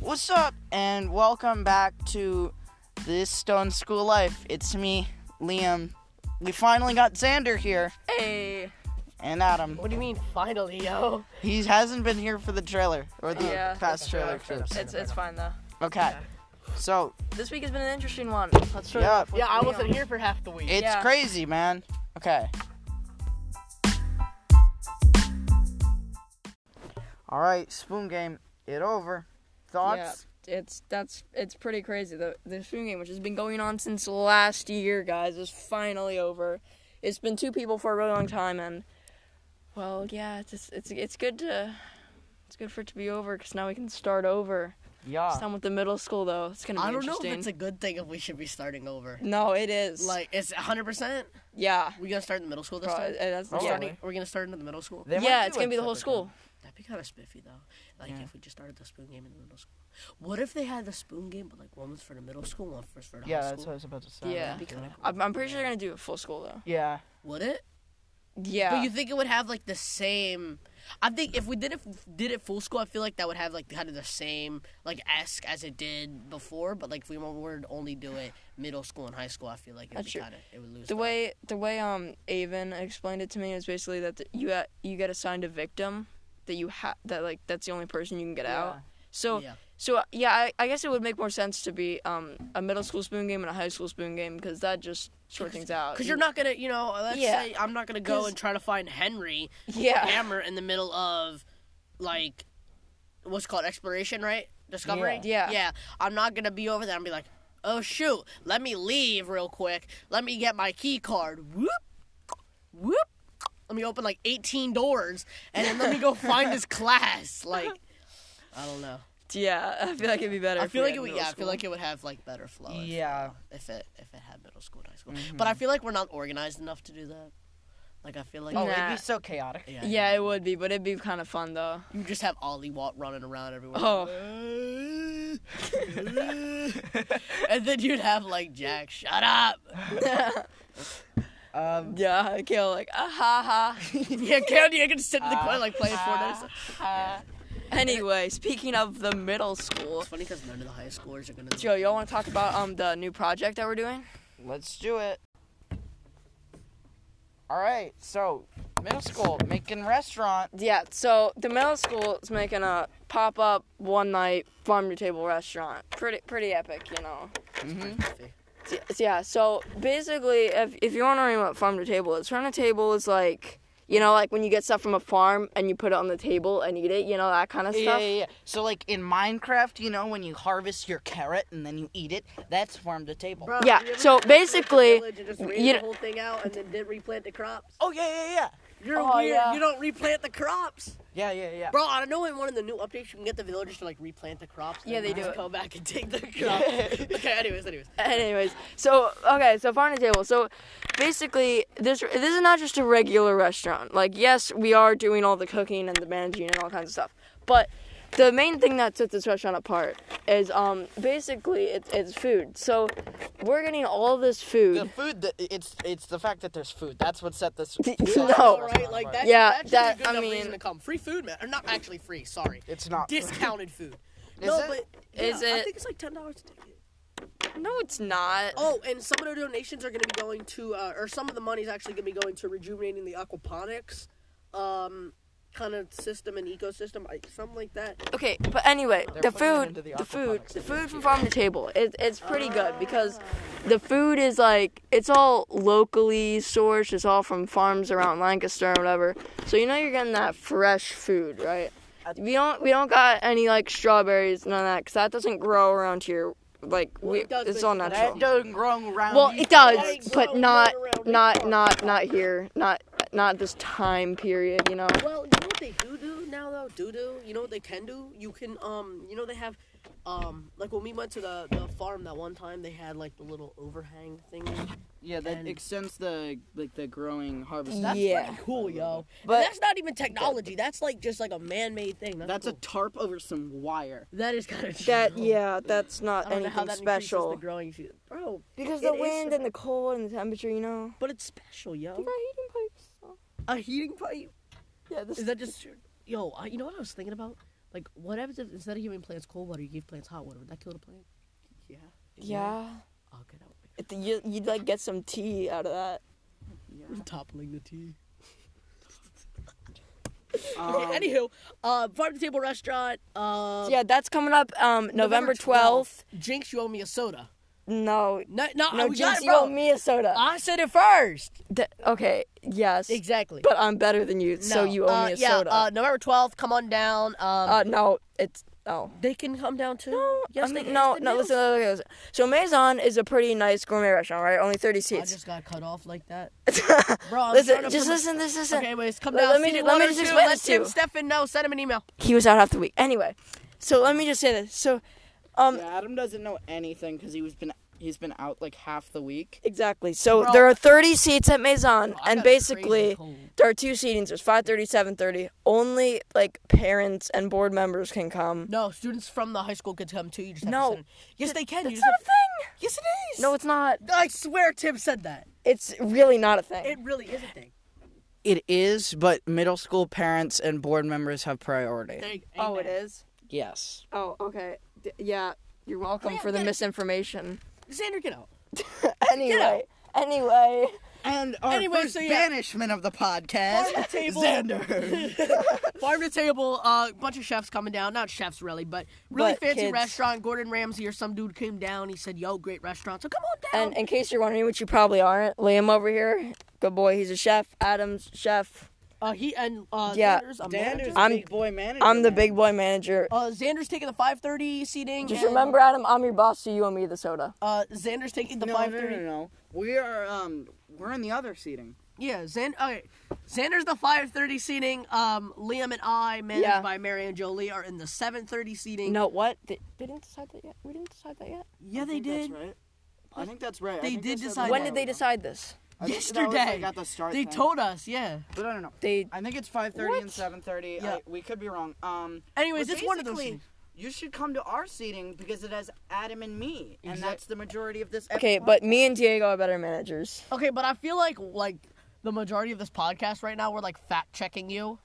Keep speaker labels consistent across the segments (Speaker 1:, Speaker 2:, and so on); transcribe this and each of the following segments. Speaker 1: What's up? And welcome back to this Stone School Life. It's me, Liam. We finally got Xander here
Speaker 2: Hey.
Speaker 1: and Adam.
Speaker 3: What do you mean, finally, yo?
Speaker 1: He hasn't been here for the trailer or the
Speaker 2: Yeah.
Speaker 1: past trailer clips.
Speaker 2: It's it's fine though.
Speaker 1: Okay. So
Speaker 2: This week has been an interesting one. Let's start.
Speaker 1: Yeah.
Speaker 2: off with
Speaker 3: Yeah, I
Speaker 2: Leon.
Speaker 3: wasn't here for half the week.
Speaker 1: it's
Speaker 2: Yeah.
Speaker 1: crazy, man. Okay. All right, spoon game. It over. Thoughts?
Speaker 2: Yeah, it's that's it's pretty crazy. The the shooting game, which has been going on since last year, guys, is finally over. It's been two people for a really long time, and well, yeah, it's just- it's it's good to it's good for it to be over because now we can start over.
Speaker 1: Yeah.
Speaker 2: It's done with the middle school though. It's gonna be
Speaker 3: I don't know
Speaker 2: interesting.
Speaker 3: if it's a good thing if we should be starting over.
Speaker 2: no, it is.
Speaker 3: Like, it's 100%.
Speaker 2: yeah,
Speaker 3: We gonna start Oh, in the middle school this
Speaker 2: Pro-
Speaker 3: time?
Speaker 2: uh, that's
Speaker 3: We're,
Speaker 1: Probably.
Speaker 2: yeah.
Speaker 3: starting, we're gonna start in the middle school?
Speaker 1: They might
Speaker 2: Yeah,
Speaker 1: do
Speaker 2: it's gonna
Speaker 1: it
Speaker 2: be the whole
Speaker 1: separate
Speaker 2: school.
Speaker 1: then.
Speaker 3: That'd be kind of spiffy, though. Like,
Speaker 1: Yeah.
Speaker 3: if we just started the spoon game in the middle school. What if they had the spoon game, but, like, one was for the middle school, one was for the
Speaker 1: Yeah,
Speaker 3: high
Speaker 1: that's what I
Speaker 3: school?
Speaker 1: was about to say.
Speaker 2: Yeah.
Speaker 3: That'd be kinda cool.
Speaker 2: I'm, I'm pretty sure they're gonna do it full school though.
Speaker 1: Yeah.
Speaker 3: Would it?
Speaker 2: Yeah.
Speaker 3: But you think it would have, like, the same... I think if we did it did it full school, I feel like that would have like kind of the same like esque as it did before. But like if we were to only do it middle school and high school, I feel like it'd
Speaker 2: That's
Speaker 3: be
Speaker 2: true.
Speaker 3: kind of it would
Speaker 2: The
Speaker 3: lose that.
Speaker 2: way the way um Avon explained it to me was basically that th- you got, you get assigned a victim that you ha that like that's the only person you can get out. So
Speaker 3: Yeah.
Speaker 2: so uh, yeah, I, I guess it would make more sense to be um a middle school spoon game and a high school spoon game because that just sort things out.
Speaker 3: Because you're not gonna, you know, let's
Speaker 2: Yeah.
Speaker 3: say I'm not gonna go
Speaker 2: 'Cause-
Speaker 3: and try to find Henry
Speaker 2: Yeah.
Speaker 3: Hammer in the middle of, like, what's it called exploration, right? Discovery.
Speaker 2: Yeah. Yeah.
Speaker 3: Yeah. I'm not gonna be over there and be like, oh shoot, let me leave real quick. Let me get my key card. Whoop, whoop. Let me open like 18 doors and then let me go find his class. Like, I don't know.
Speaker 2: Yeah, I feel like it'd be better.
Speaker 3: I
Speaker 2: if
Speaker 3: feel
Speaker 2: we
Speaker 3: like
Speaker 2: had
Speaker 3: it would.
Speaker 2: middle
Speaker 3: Yeah, I
Speaker 2: school.
Speaker 3: feel like it would have like better flow. if-
Speaker 1: Yeah.
Speaker 3: if it if it had middle school and high school.
Speaker 2: Mm-hmm.
Speaker 3: But I feel like we're not organized enough to do that. Like I feel like
Speaker 2: Oh,
Speaker 1: Oh, it'd
Speaker 2: Nah.
Speaker 1: be so chaotic.
Speaker 3: yeah,
Speaker 2: yeah, it would be, but it'd be kind of fun though.
Speaker 3: You just have Ollie Walt running around everywhere.
Speaker 2: Oh.
Speaker 3: and then you'd have like Jack, shut up.
Speaker 1: Um,
Speaker 2: Yeah, I can't like ah ha ha.
Speaker 3: yeah, Candy, I can sit in the
Speaker 1: Ah.
Speaker 3: corner like playing Fortnite.
Speaker 2: anyway, speaking of the middle school,
Speaker 3: It's funny because none of the high schoolers are gonna.
Speaker 2: Joe, y'all want to talk about um the new project that we're doing?
Speaker 1: let's do it. All right. So, middle school making restaurant.
Speaker 2: Yeah, so the middle school is making a pop up one night farm to table restaurant. Pretty pretty epic, you know.
Speaker 1: Mm-hmm.
Speaker 2: S- Yeah, so basically, if if you're wondering what farm to table is, farm to table is like you know like when you get stuff from a farm and you put it on the table and eat it, you know that kind of
Speaker 1: Yeah, yeah,
Speaker 2: stuff.
Speaker 1: yeah. So, like in Minecraft, you know, when you harvest your carrot and then you eat it, that's farm to table.
Speaker 2: Yeah, so basically, you
Speaker 3: the
Speaker 2: know-
Speaker 3: whole thing out and then didn't replant the crops.
Speaker 1: Oh yeah, yeah, yeah.
Speaker 3: You're
Speaker 2: Oh,
Speaker 3: weird.
Speaker 2: yeah.
Speaker 3: You don't replant the crops.
Speaker 1: Yeah, yeah, yeah.
Speaker 3: Bro, I know in one of the new updates you can get the villagers to like replant the crops. and
Speaker 2: Yeah,
Speaker 3: then
Speaker 2: they
Speaker 3: just
Speaker 2: do it.
Speaker 3: Come back and take the crops. okay, anyways, anyways.
Speaker 2: Anyways, so okay, so farm to table. So basically, this this is not just a regular restaurant. Like, yes, we are doing all the cooking and the managing and all kinds of stuff, but the main thing that sets this restaurant apart is um basically it's it's food. So we're getting all this
Speaker 1: The
Speaker 2: food.
Speaker 1: food that it's it's the fact that there's food. That's what set this. set
Speaker 2: No.
Speaker 1: this
Speaker 2: Oh,
Speaker 3: right, like that.
Speaker 2: Yeah,
Speaker 3: that's
Speaker 2: that-
Speaker 3: a good
Speaker 2: I
Speaker 3: enough
Speaker 2: mean-
Speaker 3: reason to come. Free food, man. Or not actually free. Sorry,
Speaker 1: It's not.
Speaker 3: discounted food. no,
Speaker 1: it?
Speaker 3: but
Speaker 2: Is
Speaker 3: yeah, I
Speaker 2: it-
Speaker 3: think it's like ten dollars a ticket.
Speaker 2: No, it's not.
Speaker 3: Oh, and some of the donations are going to be going to, uh, or some of the money is actually going to be going to rejuvenating the aquaponics, um, kind of system and ecosystem, like, something like that.
Speaker 2: Okay, but anyway,
Speaker 1: They're
Speaker 2: the
Speaker 1: putting it
Speaker 2: food,
Speaker 1: into the
Speaker 2: the food,
Speaker 1: aquaponics
Speaker 2: the
Speaker 1: system
Speaker 2: food from farm to table, it, it's pretty good because the food is like it's all locally sourced. It's all from farms around Lancaster or whatever. So you know you're getting that fresh food, right? We don't we don't got any like strawberries, none of that, because that doesn't grow around here. Like we,
Speaker 3: it does,
Speaker 2: it's
Speaker 3: but
Speaker 2: all
Speaker 3: that
Speaker 2: natural.
Speaker 1: That doesn't grow around.
Speaker 2: Well,
Speaker 1: you.
Speaker 2: it does,
Speaker 3: Like,
Speaker 2: but
Speaker 3: grow
Speaker 2: not
Speaker 3: right around
Speaker 2: not
Speaker 3: here.
Speaker 2: not not here, not not this time period, you know.
Speaker 3: Well, you know what they do do now though? Do do? You know what they can do? You can um, you know they have um, like when we went to the the farm that one time, they had like the little overhang thing.
Speaker 1: Yeah, that
Speaker 3: And-
Speaker 1: extends the like the growing harvest.
Speaker 2: That's Yeah.
Speaker 3: pretty cool, yo.
Speaker 1: But-
Speaker 3: But that's not even technology. That's like just like a man-made thing. That's,
Speaker 1: That's a tarp over some wire.
Speaker 3: a that is kind of
Speaker 2: That yeah, that's
Speaker 3: I
Speaker 2: not
Speaker 3: don't know how
Speaker 2: anything
Speaker 3: that increases
Speaker 2: special.
Speaker 3: The growing season. bro.
Speaker 2: Because
Speaker 3: it
Speaker 2: the
Speaker 3: is
Speaker 2: wind
Speaker 3: so-
Speaker 2: and the cold and the temperature, you know.
Speaker 3: But it's special, yo.
Speaker 2: heating pipes.
Speaker 3: A heating pipe.
Speaker 2: Yeah, this
Speaker 3: Is that just yo? I, you know what I was thinking about? Like, what happens if instead of giving plants cold water, you give plants hot water? Would that kill the plant? Yeah.
Speaker 2: Yeah.
Speaker 3: I'll get out.
Speaker 2: It- You, you'd like get some tea out of that.
Speaker 3: Toppling the tea.
Speaker 1: Um,
Speaker 3: Anywho, uh, farm to table restaurant. Uh,
Speaker 2: yeah, that's coming up um, November 12th.
Speaker 3: Jinx, you owe me a soda.
Speaker 2: No.
Speaker 3: No, no,
Speaker 2: No,
Speaker 3: Ah, we got
Speaker 2: Jinx,
Speaker 3: it,
Speaker 2: you
Speaker 3: bro. Ah.
Speaker 2: owe me a soda.
Speaker 3: I said it first.
Speaker 2: Th- okay, yes.
Speaker 3: Exactly.
Speaker 2: But I'm better than you, so
Speaker 3: No,
Speaker 2: you owe
Speaker 3: uh,
Speaker 2: me a
Speaker 3: yeah,
Speaker 2: soda.
Speaker 3: Uh, November twelfth. Come on down. Um,
Speaker 2: Uh, no, it's. Oh.
Speaker 3: they can come down too.
Speaker 2: Yes, they, no, no, listen, listen, listen. So Maison is a pretty nice gourmet restaurant, right? Only 30
Speaker 3: I
Speaker 2: seats.
Speaker 3: just got cut off like that, bro. I'm
Speaker 2: listen,
Speaker 3: trying to
Speaker 2: just
Speaker 3: promote-
Speaker 2: listen, this listen.
Speaker 3: Okay, anyways, come
Speaker 2: Let-
Speaker 3: down.
Speaker 2: let me
Speaker 3: see
Speaker 2: ju-
Speaker 3: you
Speaker 2: let me
Speaker 3: one or
Speaker 2: just
Speaker 3: two.
Speaker 2: explain
Speaker 3: Let
Speaker 2: this to
Speaker 3: Tim
Speaker 2: you.
Speaker 3: Stefan know. Send him an email.
Speaker 2: He was out half the week. Anyway, so let me just say this. So, um,
Speaker 1: yeah, Adam doesn't know anything because he was been he's been out like half the week.
Speaker 2: Exactly. So
Speaker 3: Bro.
Speaker 2: there are 30 seats at Maison,
Speaker 3: Bro, I
Speaker 2: and
Speaker 3: got a crazy
Speaker 2: basically
Speaker 3: cold.
Speaker 2: there are two seatings. There's 5:30, 7:30. Only like parents and board members can come.
Speaker 3: No, students from the high school could come too. You just have
Speaker 2: No.
Speaker 3: to send. Yes, they can. you
Speaker 2: That's
Speaker 3: just
Speaker 2: not
Speaker 3: have-
Speaker 2: a thing.
Speaker 3: Yes, it is.
Speaker 2: No, it's not.
Speaker 3: I swear, Tim said that.
Speaker 2: It's really not a
Speaker 3: It
Speaker 2: thing.
Speaker 3: really is a thing.
Speaker 1: It is, but middle school parents and board members have priority.
Speaker 2: oh, it is.
Speaker 1: Yes.
Speaker 2: Oh, okay. D- yeah, you're welcome
Speaker 3: yeah,
Speaker 2: for the
Speaker 3: get it.
Speaker 2: misinformation.
Speaker 3: is. Xander, get out.
Speaker 2: anyway, anyway,
Speaker 1: And our
Speaker 3: Anyway,
Speaker 1: first
Speaker 3: so yeah.
Speaker 1: banishment of the podcast,
Speaker 3: Farm to table.
Speaker 1: Xander.
Speaker 3: Farm to table, a uh, bunch of chefs coming down. Not chefs, really, but really
Speaker 2: But
Speaker 3: fancy
Speaker 2: kids.
Speaker 3: restaurant. Gordon Ramsay or some dude came down. He said, "Yo, great restaurant." So come on down.
Speaker 2: and in case you're wondering, which you probably aren't, Liam over here, good boy, he's a chef. Adam's chef.
Speaker 3: uh, he and uh,
Speaker 2: Yeah.
Speaker 3: Xander's a
Speaker 1: Xander's
Speaker 3: manager.
Speaker 2: I'm-
Speaker 1: big boy manager.
Speaker 2: I'm the
Speaker 1: man.
Speaker 2: big boy manager.
Speaker 3: Uh, Xander's taking the 5:30 seating.
Speaker 2: Just
Speaker 3: and,
Speaker 2: remember, Adam, I'm your boss, so you owe me the soda.
Speaker 3: Uh, Xander's taking the
Speaker 1: No, no,
Speaker 3: 5:30.
Speaker 1: no, no, no. We are um we're in the other seating.
Speaker 3: Yeah, Xan- okay. Xander's the 5:30 seating. Um, Liam and I, managed
Speaker 2: Yeah.
Speaker 3: by Mary and Jolie, are in the 7:30 seating.
Speaker 2: No, what? They, they didn't decide that yet. We didn't decide that yet.
Speaker 3: Yeah, they did.
Speaker 1: right. I think that's right.
Speaker 3: They think did they said decide I
Speaker 2: when
Speaker 3: know.
Speaker 2: did they decide this?
Speaker 3: Yesterday.
Speaker 1: at the start.
Speaker 3: They
Speaker 1: thing.
Speaker 3: told us. Yeah.
Speaker 1: But I don't know.
Speaker 2: They
Speaker 1: I think it's 5:30 and 7:30.
Speaker 3: Yeah.
Speaker 1: I, we could be wrong. Um
Speaker 3: Anyways,
Speaker 1: but
Speaker 3: it's one of those.
Speaker 1: basically,
Speaker 3: things.
Speaker 1: You should come to our seating because it has Adam and me, and
Speaker 3: Exact-
Speaker 1: that's the majority of this.
Speaker 2: okay,
Speaker 1: episode.
Speaker 2: but me and Diego are better managers.
Speaker 3: Okay, but I feel like like the majority of this podcast right now, we're like fact checking you,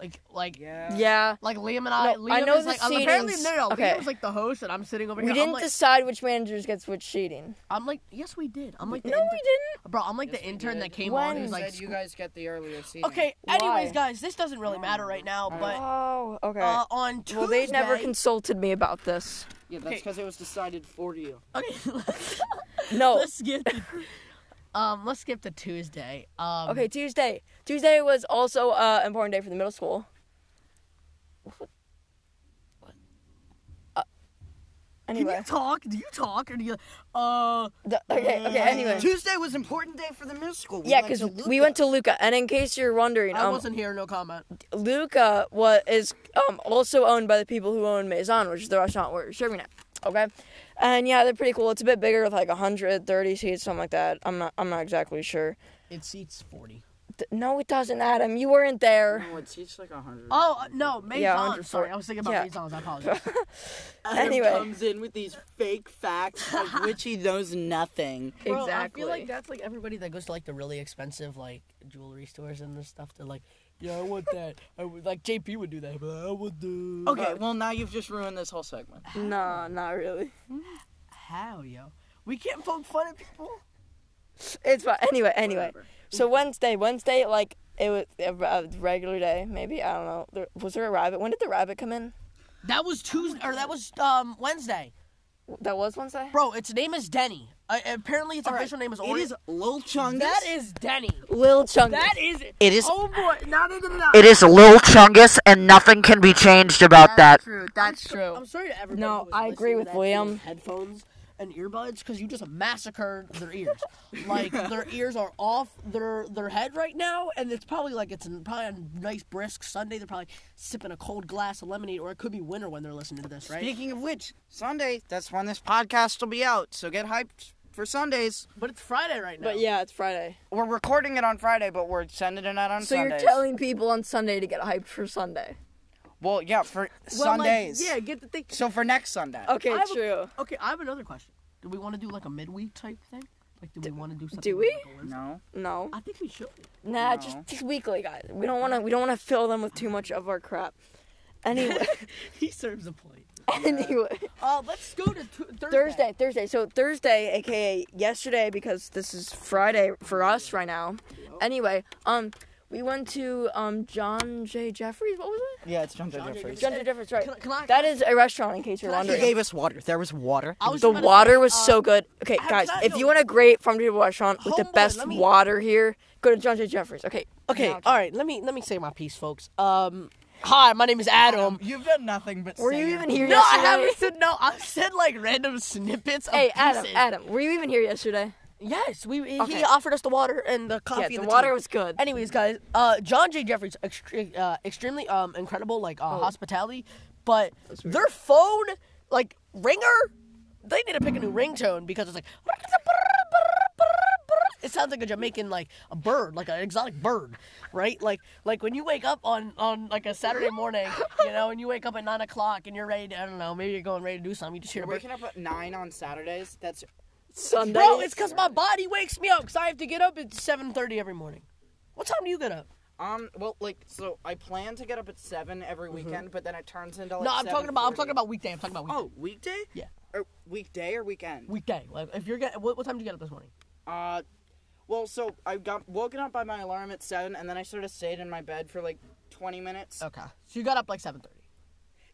Speaker 3: like like
Speaker 1: yeah.
Speaker 2: Yeah,
Speaker 3: like Liam and I.
Speaker 2: No,
Speaker 3: Liam
Speaker 2: I know
Speaker 3: is
Speaker 2: the
Speaker 3: like apparently
Speaker 2: seatings.
Speaker 3: no, no.
Speaker 2: Okay.
Speaker 3: Liam was like the host, and I'm sitting over
Speaker 2: we
Speaker 3: here. I'm
Speaker 2: didn't
Speaker 3: like,
Speaker 2: decide which managers gets which seating.
Speaker 3: I'm like, yes, we did. I'm like, the
Speaker 2: No, we
Speaker 3: intern-
Speaker 2: didn't.
Speaker 3: Bro, I'm like
Speaker 1: Yes,
Speaker 3: the
Speaker 1: we
Speaker 3: intern
Speaker 1: did.
Speaker 3: that came
Speaker 2: When?
Speaker 3: on.
Speaker 1: You
Speaker 3: He's like,
Speaker 1: said you guys get the earlier seating.
Speaker 3: okay.
Speaker 2: Why?
Speaker 3: Anyways, guys, this doesn't really matter right now, but.
Speaker 2: oh, okay.
Speaker 3: Uh, on Tuesday.
Speaker 2: well, they never consulted me about this.
Speaker 1: Yeah, that's because it was decided for you.
Speaker 3: Okay,
Speaker 2: No.
Speaker 3: let's skip. The, um, let's skip the Tuesday. Um,
Speaker 2: Okay, Tuesday. Tuesday was also uh, an important day for the middle school. What? Uh,
Speaker 3: Can
Speaker 2: anyway.
Speaker 3: you talk? Do you talk or do you? Uh,
Speaker 2: The- okay, okay, anyway.
Speaker 1: Tuesday was important day for the middle school. We
Speaker 2: Yeah,
Speaker 1: went
Speaker 2: because
Speaker 1: to
Speaker 2: we
Speaker 1: Luca.
Speaker 2: went to Luca, and in case you're wondering,
Speaker 3: I
Speaker 2: um,
Speaker 3: wasn't here. No comment.
Speaker 2: Luca was is um also owned by the people who own Maison, which is the restaurant we're serving at. Okay, and yeah, they're pretty cool. It's a bit bigger, with like 130 seats, something like that. I'm not I'm not exactly sure.
Speaker 3: It seats forty.
Speaker 2: Th- no, it doesn't, Adam. You weren't there.
Speaker 1: No, it's each like a hundred.
Speaker 3: Oh uh, no, Maison.
Speaker 2: Yeah, 140.
Speaker 3: Sorry, I was thinking about
Speaker 2: Yeah.
Speaker 3: Maisons. I apologize.
Speaker 1: Adam
Speaker 2: anyway.
Speaker 1: comes in with these fake facts of which he knows nothing.
Speaker 3: Bro, I feel like that's like everybody that goes to like the really expensive like jewelry stores and this stuff. They're like, yeah, I want that. I would, like JP would do that. But I would do.
Speaker 1: Okay, well now you've just ruined this whole segment.
Speaker 2: No, not really.
Speaker 3: How yo? We can't poke fun at people.
Speaker 2: It's fine. Anyway, anyway.
Speaker 1: Whatever.
Speaker 2: So Wednesday, Wednesday, like it was a, a regular day. Maybe I don't know. There, was there a rabbit? When did the rabbit come in?
Speaker 3: That was Tuesday, or that was um Wednesday.
Speaker 2: That was Wednesday.
Speaker 3: Bro, its name is Denny. Uh, apparently, its official name is
Speaker 1: It
Speaker 3: Ori.
Speaker 1: is Lil Chungus.
Speaker 3: That is Denny.
Speaker 2: Lil Chungus.
Speaker 3: That is it.
Speaker 1: It is-
Speaker 3: Oh boy! No, no, no, no.
Speaker 1: It is Lil Chungus, and nothing can be changed about that.
Speaker 3: true. That's true. I'm sorry to everybody.
Speaker 2: No,
Speaker 3: who was
Speaker 2: I agree
Speaker 3: listening
Speaker 2: with
Speaker 3: to that in
Speaker 2: William.
Speaker 3: Headphones and earbuds, because you just massacred their ears. like their ears are off their their head right now, and it's probably like it's an- probably a nice brisk Sunday. They're probably sipping a cold glass of lemonade, or it could be winter when they're listening to this, right?
Speaker 1: Speaking of which, Sunday, that's when this podcast will be out, so get hyped for Sundays.
Speaker 3: But it's Friday right now.
Speaker 2: But yeah, it's Friday.
Speaker 1: We're recording it on Friday, but we're sending it out on
Speaker 2: So
Speaker 1: Sundays.
Speaker 2: you're telling people on Sunday to get hyped for Sunday.
Speaker 1: Well, yeah, for
Speaker 3: Well, like,
Speaker 1: Sundays.
Speaker 3: yeah, get the thing.
Speaker 1: So for next Sunday.
Speaker 2: Okay,
Speaker 3: I have a-
Speaker 2: true.
Speaker 3: Okay, I have another question. Do we want to do like a midweek type thing? Like, do, we want to do something?
Speaker 2: do we?
Speaker 3: like a Wednesday?
Speaker 1: No.
Speaker 2: No.
Speaker 3: I think we should.
Speaker 2: Nah,
Speaker 1: No.
Speaker 2: just just weekly, guys. We don't wanna we don't wanna fill them with too much of our crap. Anyway,
Speaker 3: he serves a point.
Speaker 2: anyway.
Speaker 3: Uh, let's go to t- Thursday.
Speaker 2: Thursday, Thursday. So Thursday, aka yesterday, because this is Friday for us right now. Anyway, um, we went to um John J. Jeffries. What was it?
Speaker 1: Yeah, it's John J.
Speaker 3: John J.
Speaker 1: Jeffries.
Speaker 2: John J. Jeffries, right?
Speaker 3: Can I- can I-
Speaker 2: that is a restaurant, in case you're
Speaker 3: Can I-
Speaker 4: He
Speaker 2: wondering.
Speaker 4: gave us water. There was water.
Speaker 3: I was
Speaker 2: The
Speaker 3: just about to
Speaker 2: water
Speaker 3: say,
Speaker 2: was
Speaker 3: uh,
Speaker 2: so good. Okay,
Speaker 3: I-
Speaker 2: guys,
Speaker 3: can I
Speaker 2: if
Speaker 3: know-
Speaker 2: you want a great farm to table restaurant with the
Speaker 3: Homeboy,
Speaker 2: best
Speaker 3: let me-
Speaker 2: water here, go to John J. Jeffries. Okay. uh,
Speaker 3: Okay,
Speaker 2: Now,
Speaker 3: all right. Let me let me say my piece, folks. Um, hi, my name is Adam.
Speaker 1: Um, You've done nothing but.
Speaker 2: Were
Speaker 1: say
Speaker 2: you
Speaker 1: your
Speaker 2: even
Speaker 1: piece.
Speaker 2: here
Speaker 3: No, I
Speaker 2: yesterday?
Speaker 3: haven't said no. I've said like random snippets. Of
Speaker 2: Hey, Adam,
Speaker 3: pieces.
Speaker 2: Adam, were you even here yesterday?
Speaker 3: Yes, we
Speaker 2: Okay.
Speaker 3: he offered us the water and the coffee.
Speaker 2: yeah,
Speaker 3: and
Speaker 2: the
Speaker 3: the
Speaker 2: water
Speaker 3: tea.
Speaker 2: was good.
Speaker 3: Anyways, guys, uh, John J. Jeffries, extre- uh, extremely um, incredible, like uh,
Speaker 1: Oh.
Speaker 3: hospitality, but their phone, like ringer, they need to pick a new ringtone because it's like. It sounds like a Jamaican, like a bird, like an exotic bird, right? Like, like when you wake up on on like a Saturday morning, you know, and you wake up at nine o'clock and you're ready to, I don't know, maybe you're going ready to do something. You just hear a bird.
Speaker 1: Waking up at nine on Saturdays. That's
Speaker 2: Sunday.
Speaker 3: Bro, it's because my body wakes me up because I have to get up at seven thirty every morning. What time do you get up?
Speaker 1: um. Well, like so, I plan to get up at seven every weekend, but then it turns into like.
Speaker 3: No, I'm talking about I'm
Speaker 1: 7:40.
Speaker 3: talking about weekday. I'm talking about weekday.
Speaker 1: Oh, weekday?
Speaker 3: Yeah.
Speaker 1: Or weekday or weekend?
Speaker 3: Weekday. Like if you're getting what, what time did you get up this morning?
Speaker 1: Uh, well, so I got woken up by my alarm at seven, and then I sort of stayed in my bed for like twenty minutes.
Speaker 3: Okay. So you got up like seven thirty.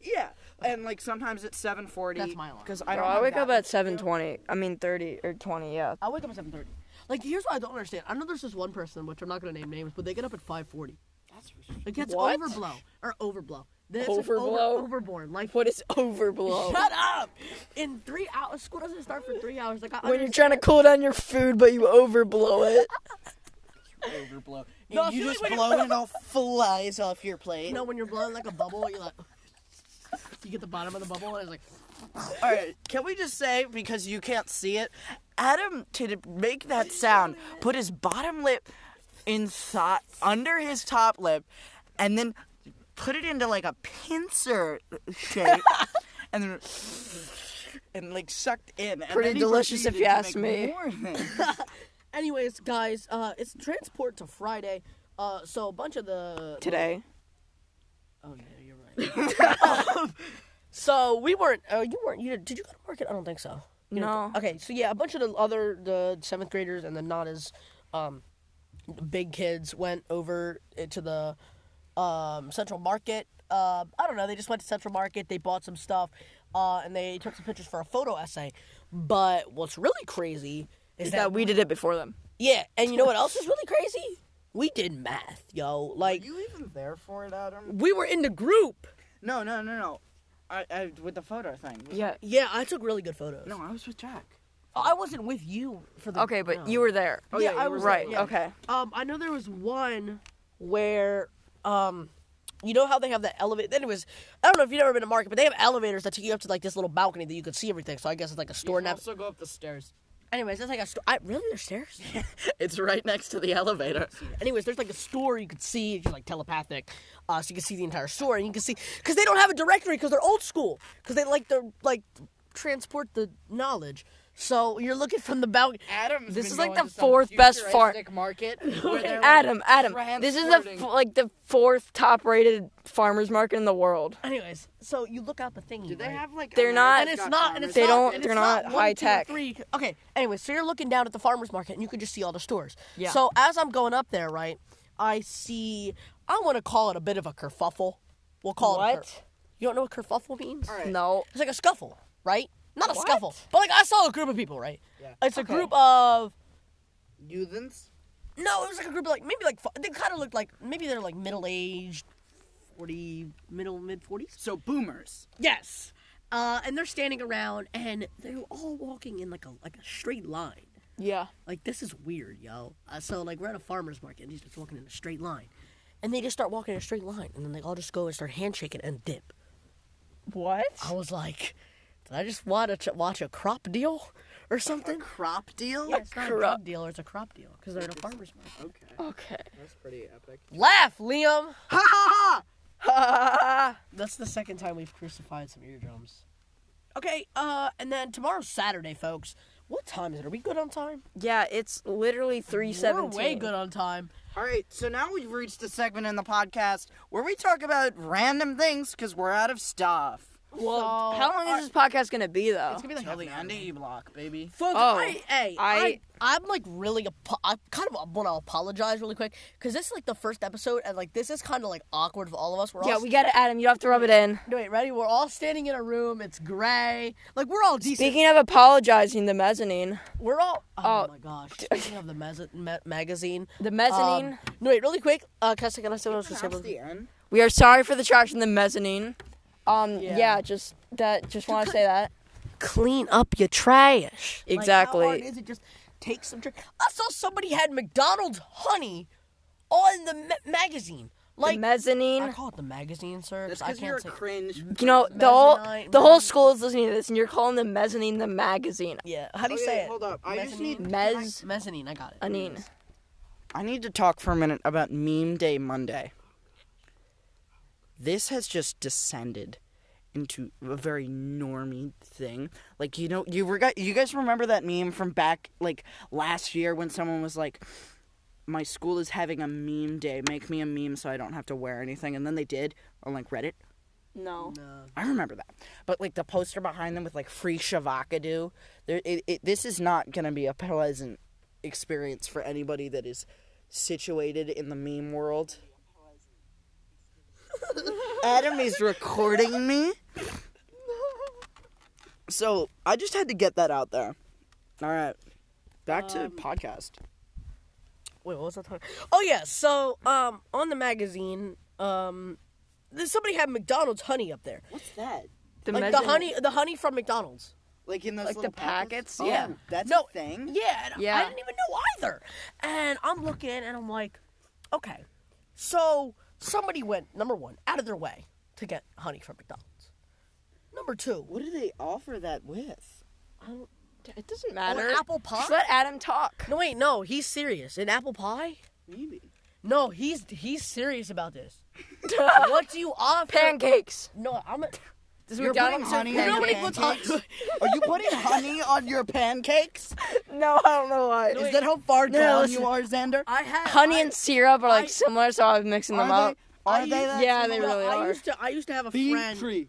Speaker 1: Yeah, and like sometimes it's seven forty.
Speaker 3: That's my alarm.
Speaker 1: Because I
Speaker 2: Bro,
Speaker 1: don't.
Speaker 2: I
Speaker 1: have
Speaker 2: wake
Speaker 1: that
Speaker 2: up at
Speaker 1: much to do.
Speaker 2: 7:20. I mean 30 or 20, yeah.
Speaker 3: I wake up at seven thirty. Like here's what I don't understand. I know there's this one person, which I'm not gonna name names, but they get up at five forty.
Speaker 1: That's for sure.
Speaker 3: Like that's
Speaker 2: What?
Speaker 3: overblow. Or overblow. That's
Speaker 2: Overblow?
Speaker 3: Over, overborn. Like
Speaker 2: What is overblow?
Speaker 3: Shut up! In three hours school doesn't start for three hours. Like I
Speaker 2: when you're
Speaker 3: understand-
Speaker 2: trying to cool down your food, but you overblow it.
Speaker 1: Overblow.
Speaker 3: No, I
Speaker 1: you
Speaker 3: feel like
Speaker 1: just
Speaker 3: when you-
Speaker 1: blow it and it all flies off your plate.
Speaker 3: you know when you're blowing like a bubble, you like you get the bottom of the bubble and it's like
Speaker 1: All right, can we just say because you can't see it, Adam to d- make that sound, put his bottom lip inside under his top lip, and then put it into like a pincer shape, and then and like sucked in. And
Speaker 2: Pretty
Speaker 1: then he
Speaker 2: delicious if
Speaker 1: proceeded
Speaker 2: you
Speaker 1: to
Speaker 2: ask
Speaker 1: make
Speaker 2: me.
Speaker 1: more things.
Speaker 3: Anyways, guys, uh, it's transport to Friday. Uh, so a bunch of the
Speaker 2: Today.
Speaker 3: Oh yeah, you're right. Um, so we weren't. Uh, you weren't. You did, did you go to market? I don't think so. You
Speaker 2: No.
Speaker 3: don't- Okay, so yeah, a bunch of the other the seventh graders and the not as um, big kids went over to the um, Central Market. Uh, I don't know. They just went to Central Market. They bought some stuff, uh, and they took some pictures for a photo essay. But what's really crazy is
Speaker 2: Is that we did it before them.
Speaker 3: yeah, and you know what else is really crazy? We did math, yo. Like
Speaker 1: you even there for it, Adam?
Speaker 3: we were in the group.
Speaker 1: No, no, no, no. I, I with the photo thing.
Speaker 2: Yeah.
Speaker 3: Yeah, I took really good photos.
Speaker 1: No, I was with Jack.
Speaker 3: I wasn't with you for the.
Speaker 2: Okay, but
Speaker 3: no.
Speaker 2: you were there.
Speaker 1: Oh,
Speaker 3: yeah,
Speaker 1: yeah,
Speaker 3: I
Speaker 1: you
Speaker 3: was
Speaker 1: were
Speaker 2: right.
Speaker 3: there, yeah.
Speaker 2: Okay.
Speaker 3: Um, I know there was one where, um, you know how they have that elevator. Anyways, I don't know if you've ever been to market, but they have elevators that take you up to like this little balcony that you could see everything. So I guess it's like a store. nav-
Speaker 1: go up the stairs.
Speaker 3: Anyways, that's like a store. I really there's stairs.
Speaker 1: It's right next to the elevator.
Speaker 3: Anyways, there's like a store you could see if you're like telepathic, uh, so you can see the entire store and you can see because they don't have a directory because they're old school because they like to like transport the knowledge. So you're looking from the balcony.
Speaker 1: Adam's
Speaker 2: This
Speaker 1: been
Speaker 2: is like
Speaker 1: going
Speaker 2: the
Speaker 1: to some
Speaker 2: fourth best fart-
Speaker 1: futuristic market. where they're, like,
Speaker 2: Adam, Adam, this is the
Speaker 1: transporting-
Speaker 2: f- like the fourth top-rated farmers market in the world.
Speaker 3: Anyways, so you look out the thingy.
Speaker 1: Do they
Speaker 3: right?
Speaker 1: have like?
Speaker 2: They're not-
Speaker 3: And it's not. And it's
Speaker 2: They
Speaker 3: not,
Speaker 2: don't-
Speaker 3: and
Speaker 2: they're
Speaker 3: it's
Speaker 2: not
Speaker 3: one,
Speaker 2: high
Speaker 3: two,
Speaker 2: tech.
Speaker 3: three. Okay. Anyway, so you're looking down at the farmers market, and you could just see all the stores.
Speaker 2: Yeah.
Speaker 3: So as I'm going up there, right, I see. I want to call it a bit of a kerfuffle. We'll call it. A
Speaker 2: What?
Speaker 3: kerf- you don't know what kerfuffle means?
Speaker 1: Alright.
Speaker 2: No.
Speaker 3: It's like a scuffle, right? Not a
Speaker 2: What?
Speaker 3: scuffle, but like I saw a group of people, right?
Speaker 1: Yeah.
Speaker 3: It's a
Speaker 2: Okay.
Speaker 3: group of
Speaker 1: Youthens?
Speaker 3: no, it was like a group of like maybe like fi- they kind of looked like maybe they're like middle aged, forty middle mid forties.
Speaker 1: So boomers.
Speaker 3: Yes. Uh, and they're standing around, and they're all walking in like a like a straight line.
Speaker 2: Yeah.
Speaker 3: Like this is weird, yo. Uh, so like we're at a farmer's market, and he's just walking in a straight line, and they just start walking in a straight line, and then they all just go and start handshaking and dip.
Speaker 2: What?
Speaker 3: I was like, did I just watch a, watch a crop deal or something?
Speaker 1: Crop deal?
Speaker 3: Yeah, it's not a
Speaker 2: crop-
Speaker 3: drug deal, it's a crop deal because they're at a farmer's market.
Speaker 1: Okay.
Speaker 2: Okay.
Speaker 1: That's pretty epic.
Speaker 3: Laugh, Liam.
Speaker 1: Ha ha ha!
Speaker 3: That's the second time we've crucified some eardrums. Okay, uh, and then tomorrow's Saturday, folks. What time is it? Are we good on time?
Speaker 2: Yeah, it's literally
Speaker 3: We're
Speaker 2: 317.
Speaker 3: way good on time.
Speaker 1: All right, so now we've reached a segment in the podcast where we talk about random things because we're out of stuff.
Speaker 3: Well,
Speaker 2: How long is this podcast gonna be though?
Speaker 3: It's gonna be like
Speaker 1: Till
Speaker 3: half an
Speaker 1: the
Speaker 3: hour.
Speaker 1: end of E Block, baby.
Speaker 3: Folks,
Speaker 2: Oh.
Speaker 3: I, hey, I,
Speaker 2: I-
Speaker 3: I, am like really, apo- I kind of want to apologize really quick because this is like the first episode, and like this is kind of like awkward for all of us. We're
Speaker 2: Yeah,
Speaker 3: all
Speaker 2: we got it, Adam. You don't have to rub it in.
Speaker 3: No, wait, ready? We're all standing in a room. It's gray. Like we're all decent.
Speaker 2: Speaking of apologizing, the mezzanine,
Speaker 3: we're all. Oh,
Speaker 2: Oh.
Speaker 3: my gosh. Speaking of the meza- ma- magazine.
Speaker 2: the
Speaker 3: um,
Speaker 2: mezzanine.
Speaker 3: no, wait, really quick. Uh, can I say, can I say what I was gonna say?
Speaker 1: That's
Speaker 3: about-
Speaker 1: the end.
Speaker 2: we are sorry for the trash in the mezzanine. Um,
Speaker 3: Yeah.
Speaker 2: yeah, just that. Just want to say that.
Speaker 3: Clean up your trash. Like,
Speaker 2: Exactly.
Speaker 3: how hard is it? Just take some trash. I saw somebody had McDonald's honey on the ma- magazine. Like
Speaker 2: the mezzanine.
Speaker 3: I call it the magazine, sir.
Speaker 1: That's
Speaker 3: 'cause I
Speaker 1: because
Speaker 3: can't
Speaker 1: you're a
Speaker 3: say.
Speaker 1: cringe.
Speaker 2: you know the whole
Speaker 3: mezzanine-
Speaker 2: the whole school is listening to this, and you're calling the mezzanine the magazine.
Speaker 3: Yeah. How do you
Speaker 1: Okay,
Speaker 3: say it?
Speaker 1: hold up. I just need-
Speaker 2: Mez
Speaker 3: mezzanine. I got it.
Speaker 2: anine.
Speaker 1: I need to talk for a minute about Meme Day Monday. This has just descended into a very normy thing. Like you know, you were you guys remember that meme from back like last year when someone was like, "My school is having a meme day. Make me a meme so I don't have to wear anything." And then they did on like Reddit.
Speaker 2: No.
Speaker 3: Uh,
Speaker 1: I remember that. But like the poster behind them with like free shavakadu, there, it, it, this is not going to be a pleasant experience for anybody that is situated in the meme world. Adam is recording me. So I just had to get that out there. All right. Back to podcast.
Speaker 3: Wait, what was I talking? Oh yeah, so um, on the magazine, um, there's- somebody had McDonald's honey up there,
Speaker 1: What's that?
Speaker 2: The
Speaker 3: like the
Speaker 2: mezzanine-
Speaker 3: honey, the honey from McDonald's.
Speaker 1: Like in those
Speaker 2: Like the
Speaker 1: little
Speaker 2: packets? Yeah.
Speaker 1: Oh, that's
Speaker 3: No,
Speaker 1: a thing.
Speaker 3: Yeah, and I
Speaker 2: Yeah.
Speaker 3: didn't even know either. And I'm looking, and I'm like, okay, so somebody went number one out of their way to get honey from McDonald's. Number two,
Speaker 1: What do they offer that with?
Speaker 2: It doesn't matter.
Speaker 3: apple pie?
Speaker 2: Just let Adam talk.
Speaker 3: no wait, no, he's serious. An apple pie?
Speaker 1: Maybe.
Speaker 3: No, he's he's serious about this. what do you offer?
Speaker 2: Pancakes.
Speaker 3: No, I'm. A-
Speaker 2: Does
Speaker 1: You're putting
Speaker 2: McDonald's serve
Speaker 1: honey on
Speaker 3: Nobody
Speaker 1: your
Speaker 2: pancakes?
Speaker 3: puts
Speaker 1: pancakes?
Speaker 3: honey-
Speaker 1: Are you putting honey on your pancakes?
Speaker 2: No, I don't know why.
Speaker 1: Is that how far down
Speaker 2: listen.
Speaker 1: you are, Xander?
Speaker 3: I had
Speaker 2: honey
Speaker 3: I-
Speaker 2: and syrup are like
Speaker 3: I-
Speaker 2: similar, so I was mixing them
Speaker 1: are
Speaker 2: up.
Speaker 1: they? Are
Speaker 3: I
Speaker 1: they?
Speaker 3: used-
Speaker 1: that
Speaker 2: yeah, they
Speaker 1: similar?
Speaker 2: really
Speaker 3: I
Speaker 2: are.
Speaker 3: used to I used to have a
Speaker 1: Bean
Speaker 3: friend.
Speaker 1: tree.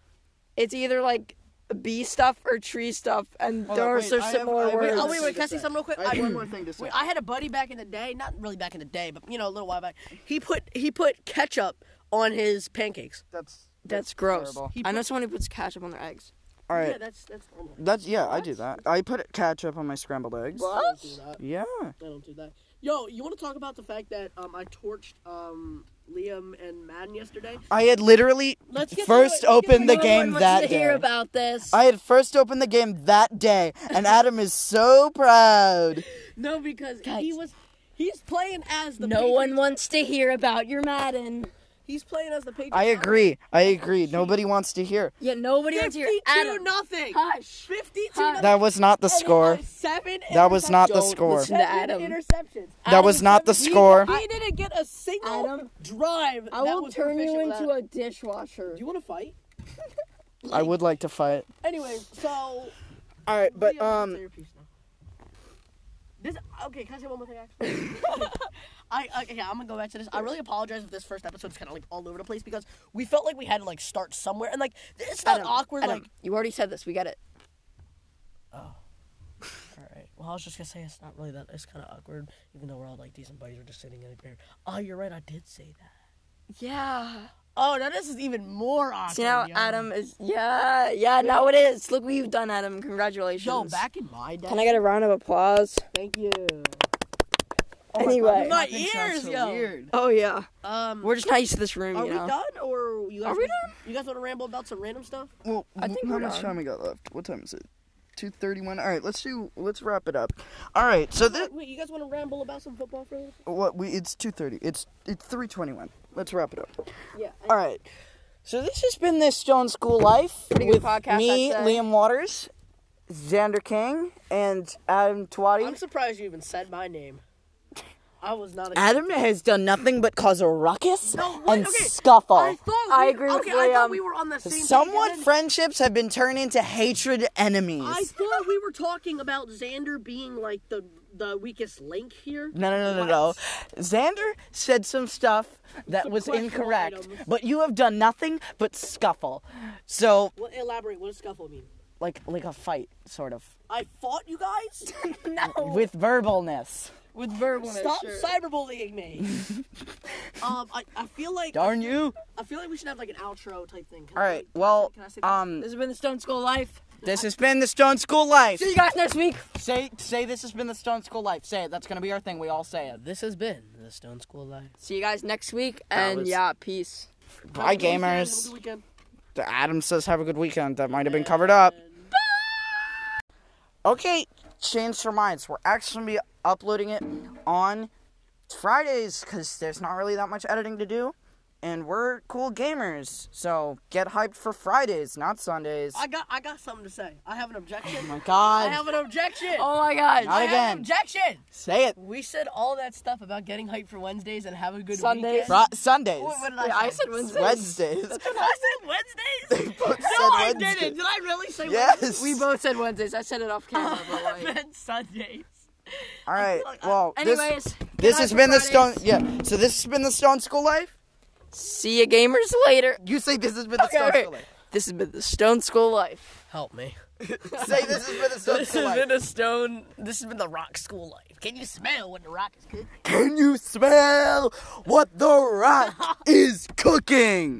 Speaker 2: It's either like bee stuff or tree stuff, and
Speaker 1: Hold on,
Speaker 2: those
Speaker 1: wait,
Speaker 2: are
Speaker 1: I have-
Speaker 2: similar
Speaker 1: I have-
Speaker 2: words.
Speaker 3: Oh wait,
Speaker 1: Thing
Speaker 3: wait,
Speaker 1: to
Speaker 3: can I say
Speaker 1: say.
Speaker 3: something real quick?
Speaker 1: I have one more thing to say.
Speaker 3: Wait, I had a buddy back in the day, not really back in the day, but you know a little while back. He put he put ketchup on his pancakes.
Speaker 1: That's
Speaker 2: That's gross.
Speaker 1: terrible.
Speaker 3: He
Speaker 2: I know someone who puts ketchup on their eggs.
Speaker 1: all
Speaker 3: Yeah,
Speaker 1: right.
Speaker 3: that's that's normal.
Speaker 1: That's yeah. I do that. I put ketchup on my scrambled eggs.
Speaker 3: I don't do that.
Speaker 1: Yeah.
Speaker 3: I don't do that. Yo, you want to talk about the fact that um I torched um Liam and Madden yesterday?
Speaker 1: I had literally
Speaker 3: Let's get
Speaker 1: first
Speaker 3: to it. Let's get
Speaker 1: opened
Speaker 3: to
Speaker 1: the
Speaker 3: it.
Speaker 1: game that day.
Speaker 2: about this.
Speaker 1: I had first opened the game that day, and Adam is so proud.
Speaker 3: No, because he
Speaker 2: Guys.
Speaker 3: was he's playing as the
Speaker 2: no
Speaker 3: Patri-
Speaker 2: one wants to hear about your Madden.
Speaker 3: He's playing as the Patriots.
Speaker 1: I agree. I agree. Nobody wants to hear.
Speaker 2: Yeah, nobody wants to hear
Speaker 3: Fifty-two
Speaker 2: Adam.
Speaker 3: nothing.
Speaker 2: Hush.
Speaker 3: Fifty-two.
Speaker 2: Hush.
Speaker 1: That was not the
Speaker 3: and they
Speaker 1: score.
Speaker 3: had Seven
Speaker 1: That was not the
Speaker 2: Don't
Speaker 1: score.
Speaker 2: listen to Adam.
Speaker 3: interceptions.
Speaker 1: That was
Speaker 2: Adam,
Speaker 1: not the score.
Speaker 3: He didn't get a single
Speaker 2: Adam,
Speaker 3: drive.
Speaker 2: I will turn you into a dishwasher.
Speaker 3: Do you want to fight?
Speaker 1: I would like to fight.
Speaker 3: Anyway, so.
Speaker 1: All right, but
Speaker 3: Liam, say
Speaker 1: um,
Speaker 3: your piece now. This okay? Can I say one more thing? Actually, I okay. Yeah, I'm gonna go back to this. I really apologize if this first episode's kind of like all over the place because we felt like we had to like start somewhere and like it's not
Speaker 2: Adam,
Speaker 3: awkward.
Speaker 2: Adam,
Speaker 3: Like,
Speaker 2: you already said this. We get it.
Speaker 3: all right. Well, I was just gonna say it's not really that. It's kind of awkward, even though we're all like decent buddies. We're just sitting in a pair. Oh, you're right. I did say that.
Speaker 2: Yeah.
Speaker 3: Oh, now this is even more awkward.
Speaker 2: See now,
Speaker 3: yo.
Speaker 2: Adam is. Yeah, yeah. Now it is. Look what you've done, Adam. Congratulations.
Speaker 3: Yo, back in my day.
Speaker 2: Can I get a round of applause?
Speaker 3: Thank you.
Speaker 2: anyway.
Speaker 3: My
Speaker 1: Nothing sounds
Speaker 3: ears,
Speaker 1: so
Speaker 3: yo.
Speaker 1: weird.
Speaker 2: oh yeah.
Speaker 3: Um,
Speaker 2: We're just not used to this room,
Speaker 3: are
Speaker 2: you
Speaker 3: we
Speaker 2: know.
Speaker 3: done or you guys?
Speaker 2: Are we done?
Speaker 3: You guys want to ramble about some random stuff?
Speaker 1: Well,
Speaker 2: I think
Speaker 1: how
Speaker 2: we're
Speaker 1: much
Speaker 2: done.
Speaker 1: time we got left? What time is it? Two thirty-one. All right, let's do. Let's wrap it up. All right, so this
Speaker 3: Wait, wait, you guys want to ramble about some football for a little?
Speaker 1: what we it's two thirty. It's it's three twenty-one. Let's wrap it up.
Speaker 2: Yeah.
Speaker 1: All right. So this has been this Stone School Life
Speaker 2: good
Speaker 1: with
Speaker 2: podcast,
Speaker 1: me,
Speaker 2: I'd say.
Speaker 1: Liam Waters, Xander King, and Adam
Speaker 3: I'm
Speaker 1: Twatty.
Speaker 3: surprised you even said my name. I was not.
Speaker 1: Adam has done nothing but cause a ruckus
Speaker 3: No, wait,
Speaker 1: and
Speaker 3: okay.
Speaker 1: scuffle.
Speaker 3: I thought we,
Speaker 2: I agree with
Speaker 3: okay, I thought
Speaker 2: Liam.
Speaker 3: we were on the same. page,
Speaker 1: Somewhat
Speaker 3: and then
Speaker 1: friendships have been turned into hatred enemies.
Speaker 3: I thought we were talking about Xander being like the
Speaker 4: the weakest link here?
Speaker 1: No, no, no, no, no. Xander said some stuff that was
Speaker 4: questionable
Speaker 1: incorrect,
Speaker 4: items.
Speaker 1: but you have done nothing but scuffle. So,
Speaker 4: What elaborate? What does scuffle mean?
Speaker 1: like, like a fight, sort of,
Speaker 4: I fought you guys.
Speaker 1: with verbalness.
Speaker 2: With verbal
Speaker 4: Stop cyberbullying me. um, I, I feel like
Speaker 1: Darn you!
Speaker 4: I feel like we should have like an outro type thing. Can
Speaker 1: All
Speaker 4: I-
Speaker 1: right. Well,
Speaker 4: can I say that?
Speaker 1: um,
Speaker 2: This has been the Stone School Life.
Speaker 1: this has been the Stone School Life.
Speaker 2: See you guys next week.
Speaker 1: Say, say, this has been the Stone School Life. Say it. That's gonna be our thing. We all say it.
Speaker 3: This has been the Stone School Life.
Speaker 2: See you guys next week,
Speaker 1: That
Speaker 2: and
Speaker 1: was-
Speaker 2: yeah, peace.
Speaker 1: Bye,
Speaker 4: Have a good weekend, Have a
Speaker 1: gamers.
Speaker 4: good weekend.
Speaker 1: Adam says, "Have a good weekend." That might have been covered up. Okay, changed our minds. We're actually gonna be uploading it on Fridays because there's not really that much editing to do, and we're cool gamers. So get hyped for Fridays, not Sundays.
Speaker 4: I got I got something to say. I have an objection.
Speaker 1: oh my God!
Speaker 4: I have an objection.
Speaker 2: Oh my God.
Speaker 1: not
Speaker 3: I have
Speaker 1: again.
Speaker 3: an objection.
Speaker 1: Say it.
Speaker 3: We said all that stuff about getting hyped for Wednesdays and have a good
Speaker 2: Sundays.
Speaker 3: weekend.
Speaker 1: Fri- Sundays.
Speaker 3: What- what did
Speaker 2: Wait,
Speaker 3: I
Speaker 2: I
Speaker 3: say?
Speaker 2: said Wednesday.
Speaker 1: Wednesdays.
Speaker 3: I said Wednesdays.
Speaker 1: no,
Speaker 3: no, I didn't. Did I really say
Speaker 1: Yes.
Speaker 2: We both said Wednesdays. I said it off camera, but
Speaker 3: Wednesdays? I
Speaker 2: like.
Speaker 3: meant Sundays.
Speaker 1: All right. Well, this-
Speaker 2: Anyways, good
Speaker 1: this,
Speaker 2: night
Speaker 1: has
Speaker 2: for
Speaker 1: been the Stone.
Speaker 2: Fridays.
Speaker 1: Yeah. So this has been the Stone School Life.
Speaker 2: See you, gamers, later.
Speaker 1: You say this has been the
Speaker 2: Okay,
Speaker 1: Stone
Speaker 2: okay.
Speaker 1: School Life.
Speaker 2: This has been the Stone School Life.
Speaker 3: Help me.
Speaker 1: Say this has been the Stone
Speaker 3: This
Speaker 1: School
Speaker 3: has
Speaker 1: Life.
Speaker 3: been a stone. This has been the rock school life. Can you smell when the rock is cooking?
Speaker 1: Can you smell what the rock is cooking?